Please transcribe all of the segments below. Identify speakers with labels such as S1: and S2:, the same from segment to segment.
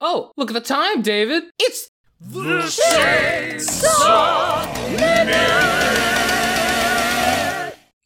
S1: Oh, look at the time, David. It's
S2: The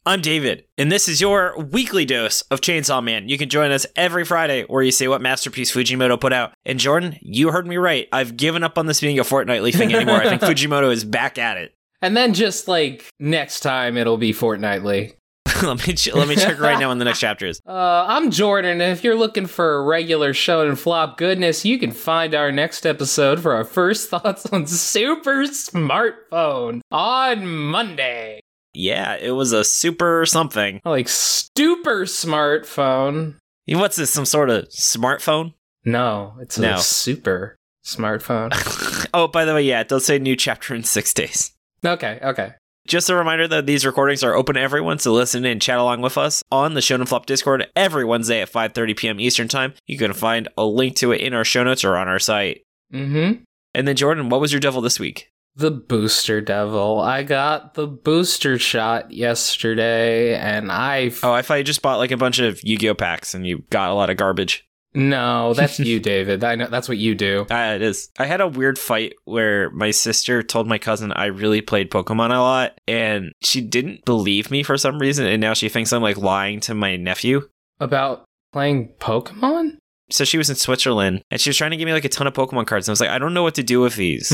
S2: I'm David, and this is your weekly dose of Chainsaw Man. You can join us every Friday where you see what masterpiece Fujimoto put out. And Jordan, you heard me right. I've given up on this being a fortnightly thing anymore. I think Fujimoto is back at it.
S1: and then just like next time it'll be fortnightly.
S2: let me ch- let me check right now when the next chapter is.
S1: Uh, I'm Jordan, and if you're looking for regular show and flop goodness, you can find our next episode for our first thoughts on Super Smartphone on Monday.
S2: Yeah, it was a super something.
S1: Like Super Smartphone.
S2: What's this? Some sort of smartphone?
S1: No, it's a
S2: No.
S1: Super Smartphone.
S2: oh, by the way, yeah, it does say new chapter in six days.
S1: okay, okay.
S2: Just a reminder that these recordings are open to everyone, so listen and chat along with us on the Shonen Flop Discord every Wednesday at 5:30 p.m. Eastern Time. You can find a link to it in our show notes or on our site.
S1: Mm-hmm.
S2: And then Jordan, what was your devil this week?
S1: The booster devil. I got the booster shot yesterday and I f-
S2: Oh, I thought you just bought like a bunch of Yu-Gi-Oh packs and you got a lot of garbage.
S1: No, that's you, David. I know that's what you do.
S2: Uh, it is. I had a weird fight where my sister told my cousin I really played Pokemon a lot, and she didn't believe me for some reason, and now she thinks I'm like lying to my nephew.
S1: About playing Pokemon?
S2: So she was in Switzerland, and she was trying to give me like a ton of Pokemon cards, and I was like, I don't know what to do with these.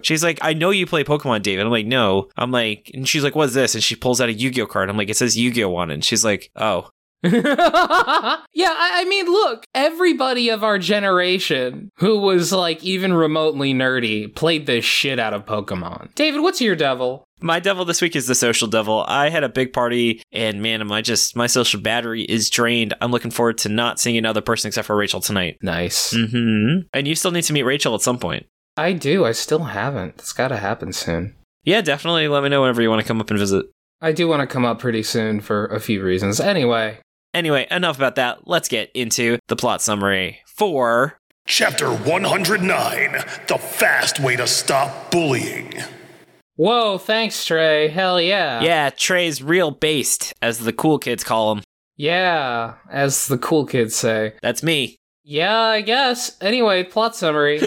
S2: She's like, I know you play Pokemon, David. I'm like, no. I'm like, and she's like, what's this? And she pulls out a Yu Gi Oh card. I'm like, it says Yu Gi Oh on it. And she's like, oh.
S1: yeah, I, I mean, look, everybody of our generation who was like even remotely nerdy played the shit out of Pokemon. David, what's your devil?
S2: My devil this week is the social devil. I had a big party, and man, am I just, my social battery is drained. I'm looking forward to not seeing another person except for Rachel tonight.
S1: Nice.
S2: hmm And you still need to meet Rachel at some point.
S1: I do. I still haven't. It's got to happen soon.
S2: Yeah, definitely let me know whenever you want to come up and visit.
S1: I do want to come up pretty soon for a few reasons. Anyway,
S2: Anyway, enough about that. Let's get into the plot summary for.
S3: Chapter 109 The Fast Way to Stop Bullying.
S1: whoa, thanks, Trey. Hell yeah.
S2: Yeah, Trey's real based, as the cool kids call him.
S1: Yeah, as the cool kids say.
S2: That's me.
S1: Yeah, I guess. Anyway, plot summary.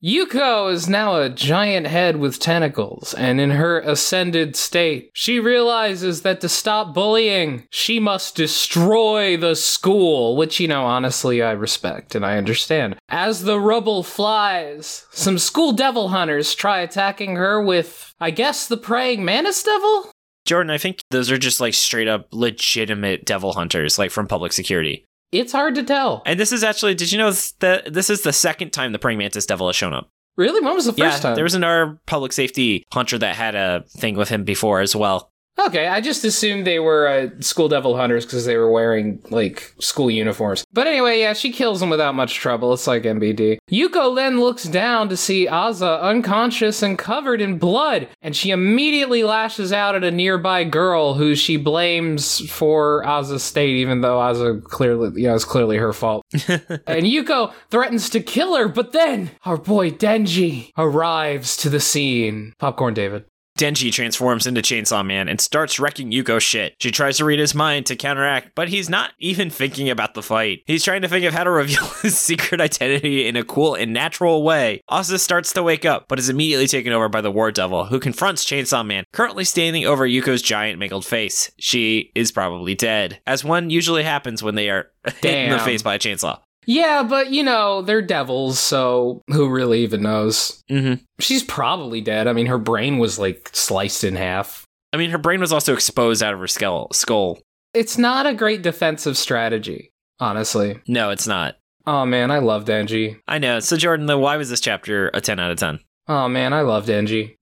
S1: Yuko is now a giant head with tentacles, and in her ascended state, she realizes that to stop bullying, she must destroy the school, which, you know, honestly, I respect and I understand. As the rubble flies, some school devil hunters try attacking her with, I guess, the praying mantis devil?
S2: Jordan, I think those are just like straight up legitimate devil hunters, like from public security.
S1: It's hard to tell.
S2: And this is actually, did you know that this is the second time the praying mantis devil has shown up?
S1: Really? When was the first
S2: yeah,
S1: time?
S2: there was another public safety hunter that had a thing with him before as well.
S1: Okay, I just assumed they were uh, school devil hunters because they were wearing like school uniforms. But anyway, yeah, she kills him without much trouble. It's like MBD. Yuko then looks down to see Aza unconscious and covered in blood, and she immediately lashes out at a nearby girl who she blames for Aza's state, even though Aza clearly, you know, it's clearly her fault. and Yuko threatens to kill her, but then our boy Denji arrives to the scene. Popcorn, David.
S2: Denji transforms into Chainsaw Man and starts wrecking Yuko's shit. She tries to read his mind to counteract, but he's not even thinking about the fight. He's trying to think of how to reveal his secret identity in a cool and natural way. Asa starts to wake up, but is immediately taken over by the War Devil, who confronts Chainsaw Man, currently standing over Yuko's giant mangled face. She is probably dead, as one usually happens when they are hit in the
S1: Damn.
S2: face by a chainsaw.
S1: Yeah, but you know, they're devils, so who really even knows?
S2: Mm-hmm.
S1: She's probably dead. I mean, her brain was like sliced in half.
S2: I mean, her brain was also exposed out of her skull. Skull.
S1: It's not a great defensive strategy, honestly.
S2: No, it's not.
S1: Oh man, I love Denji.
S2: I know. So, Jordan, though, why was this chapter a 10 out of 10?
S1: Oh man, I love Denji.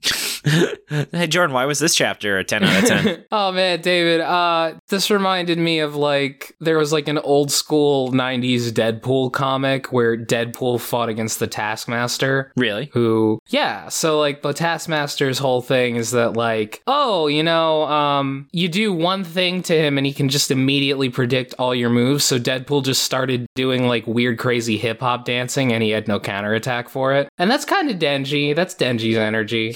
S2: hey, Jordan, why was this chapter a 10 out of 10?
S1: oh man, David, uh this reminded me of like there was like an old school 90s Deadpool comic where Deadpool fought against the Taskmaster.
S2: really?
S1: who yeah so like the taskmaster's whole thing is that like oh you know um you do one thing to him and he can just immediately predict all your moves so deadpool just started doing like weird crazy hip-hop dancing and he had no counterattack for it and that's kind of denji that's denji's energy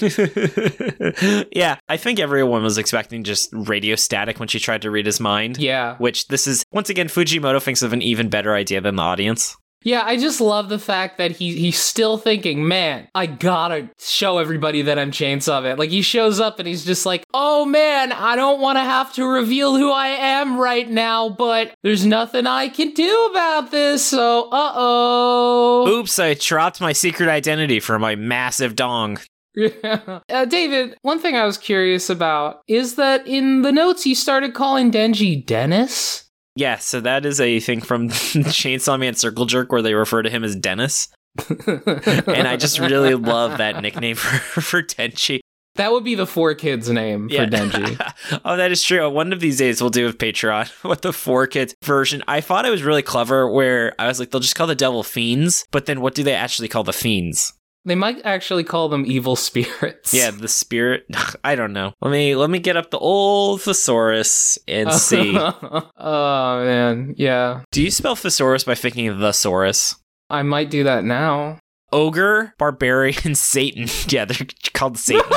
S2: yeah, I think everyone was expecting just radio static when she tried to read his mind.
S1: yeah
S2: Which this is, once again, Fujimoto thinks of an even better idea than the audience.
S1: Yeah, I just love the fact that he he's still thinking, man, I gotta show everybody that I'm Chainsaw Man. Like he shows up and he's just like, oh man, I don't want to have to reveal who I am right now, but there's nothing I can do about this. So, uh oh.
S2: Oops, I dropped my secret identity for my massive dong.
S1: uh, David, one thing I was curious about is that in the notes you started calling Denji Dennis.
S2: Yeah, so that is a thing from Chainsaw Man Circle Jerk where they refer to him as Dennis. And I just really love that nickname for, for Denji.
S1: That would be the four kids' name for Denji.
S2: oh, that is true. One of these days we'll do a Patreon with the four kids version. I thought it was really clever where I was like, they'll just call the devil fiends, but then what do they actually call the fiends?
S1: They might actually call them evil spirits.
S2: Yeah, the spirit. I don't know. Let me let me get up the old thesaurus and see.
S1: oh man, yeah.
S2: do you spell thesaurus by thinking of thesaurus?
S1: I might do that now.
S2: Ogre, barbarian, Satan. Yeah, they're called Satans.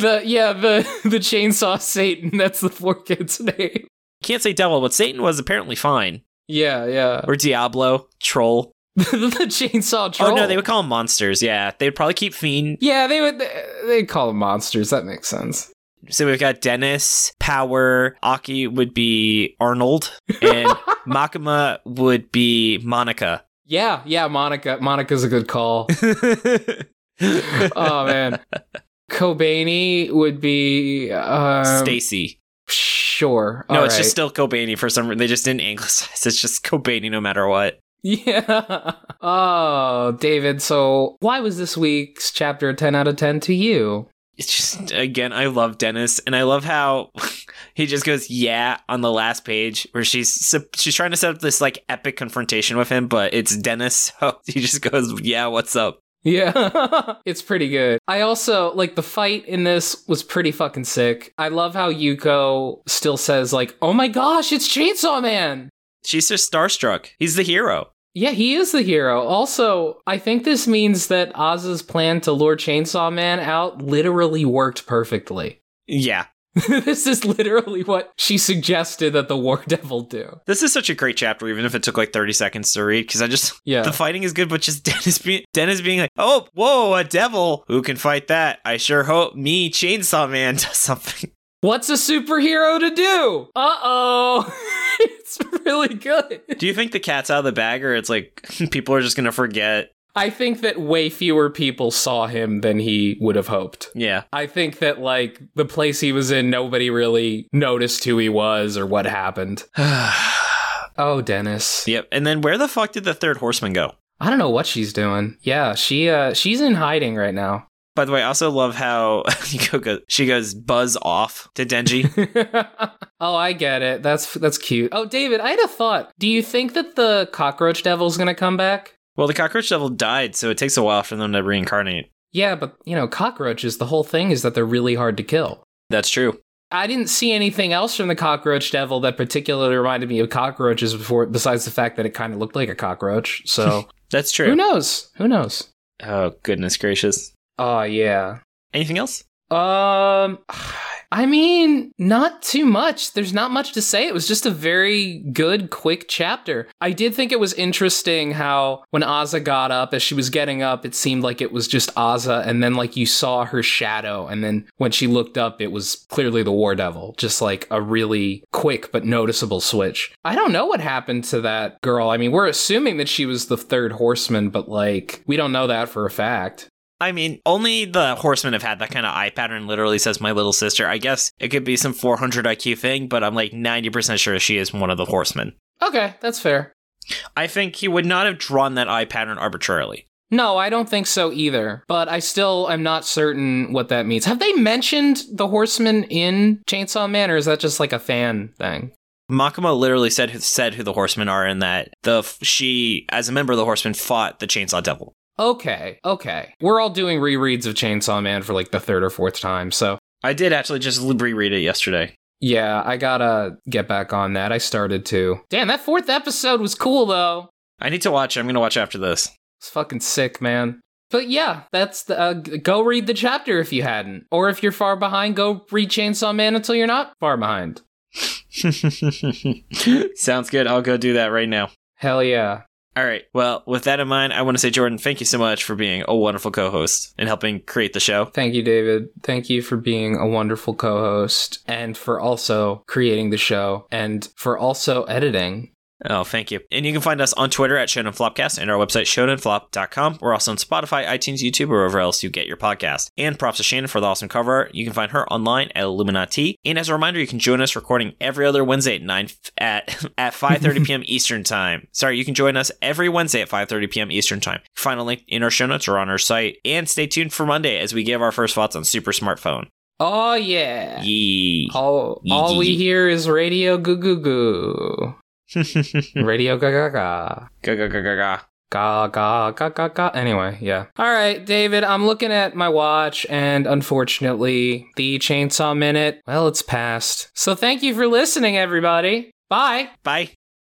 S1: the yeah, the the chainsaw Satan, that's the four kids' name.
S2: Can't say devil, but Satan was apparently fine.
S1: Yeah, yeah.
S2: Or Diablo, troll.
S1: the chainsaw troll.
S2: Oh no, they would call them monsters. Yeah, they'd probably keep fiend.
S1: Yeah, they would they'd call them monsters, that makes sense.
S2: So we've got Dennis, Power, Aki would be Arnold, and Makima would be Monica.
S1: Yeah, yeah, Monica. Monica's a good call. oh man. Cobainy would be um,
S2: Stacy.
S1: Sure.
S2: No,
S1: All
S2: it's just
S1: right.
S2: still Cobain for some reason. They just didn't anglicize. It's just Cobain no matter what.
S1: Yeah. Oh, David. So, why was this week's chapter a 10 out of 10 to you?
S2: It's just again, I love Dennis, and I love how he just goes yeah on the last page where she's sup- she's trying to set up this like epic confrontation with him, but it's Dennis, so he just goes yeah, what's up?
S1: Yeah. it's pretty good. I also, like, the fight in this was pretty fucking sick. I love how Yuko still says, like, oh my gosh, it's Chainsaw Man.
S2: She's just starstruck. He's the hero.
S1: Yeah, he is the hero. Also, I think this means that Oz's plan to lure Chainsaw Man out literally worked perfectly.
S2: Yeah,
S1: this is literally what she suggested that the War Devil do.
S2: This is such a great chapter, even if it took like 30 seconds to read, because I just
S1: Yeah.
S2: the fighting is good, but just Dennis being Dennis being like, oh, whoa, a devil. Who can fight that? I sure hope me, Chainsaw Man, does something.
S1: What's a superhero to do? Uh oh. it's really good.
S2: Do you think the cat's out of the bag or it's like people are just gonna forget?
S1: I think that way fewer people saw him than he would have hoped.
S2: Yeah.
S1: I think that, like, the place he was in, nobody really noticed who he was or what happened. Oh, Dennis.
S2: yep. And then where the fuck did the third horseman go?
S1: I don't know what she's doing. Yeah, she uh she's in hiding right now.
S2: By the way, I also love how Yuko goes- she goes buzz off to Denji.
S1: oh, I get it. That's that's cute. Oh, David, I had a thought. Do you think that the cockroach devil's going to come back?
S2: well, the cockroach devil died, so it takes a while for them to reincarnate.
S1: Yeah, but you know, cockroaches, the whole thing is that they're really hard to kill.
S2: That's true.
S1: I didn't see anything else from the cockroach devil that particularly reminded me of cockroaches before, besides the fact that it kind of looked like a cockroach. So
S2: That's
S1: who
S2: true.
S1: knows? Who knows?
S2: Oh goodness gracious.
S1: Oh, yeah.
S2: Anything else?
S1: Um, I mean, not too much. There's not much to say. It was just a very good, quick chapter. I did think it was interesting how when Azza got up, as she was getting up, it seemed like it was just Azza, and then like you saw her shadow, and then when she looked up, it was clearly the War Devil. Just like a really quick but noticeable switch. I don't know what happened to that girl. I mean, we're assuming that she was the third horseman, but like we don't know that for a fact.
S2: I mean, only the horsemen have had that kind of eye pattern. Literally says my little sister. I guess it could be some 400 IQ thing, but I'm like 90% sure she is one of the horsemen.
S1: Okay, that's fair.
S2: I think he would not have drawn that eye pattern arbitrarily.
S1: No, I don't think so either. But I still am not certain what that means. Have they mentioned the horseman in Chainsaw Man, or is that just like a fan thing?
S2: Makima literally said said who the horsemen are, and that the she, as a member of the horsemen, fought the Chainsaw Devil.
S1: Okay, okay. We're all doing rereads of Chainsaw Man for like the third or fourth time, so
S2: I did actually just reread it yesterday.
S1: yeah, I gotta get back on that. I started to. Damn, that fourth episode was cool though.
S2: I need to watch it. I'm going to watch after this.
S1: It's fucking sick, man. But yeah, that's the uh, g- go read the chapter if you hadn't, or if you're far behind, go read Chainsaw Man until you're not far behind.
S2: Sounds good. I'll go do that right now.
S1: Hell yeah.
S2: All right. Well, with that in mind, I want to say, Jordan, thank you so much for being a wonderful co host and helping create the show.
S1: Thank you, David. Thank you for being a wonderful co host and for also creating the show and for also editing.
S2: Oh, thank you. And you can find us on Twitter at Shonen Flopcast and our website, shonenflop.com. We're also on Spotify, iTunes, YouTube, or wherever else you get your podcast. And props to Shannon for the awesome cover art. You can find her online at Illuminati. And as a reminder, you can join us recording every other Wednesday at 9 at, at 5.30 p.m. Eastern Time. Sorry, you can join us every Wednesday at 5.30 p.m. Eastern Time. Finally, in our show notes or on our site. And stay tuned for Monday as we give our first thoughts on Super Smartphone.
S1: Oh, yeah.
S2: Yee.
S1: All,
S2: Yee,
S1: all
S2: yee,
S1: we
S2: yee.
S1: hear is radio goo goo goo. radio ga ga ga.
S2: Go, go, go, go, go.
S1: Ga ga ga ga ga. Anyway, yeah. All right, David, I'm looking at my watch, and unfortunately, the chainsaw minute, well, it's past. So thank you for listening, everybody. Bye.
S2: Bye.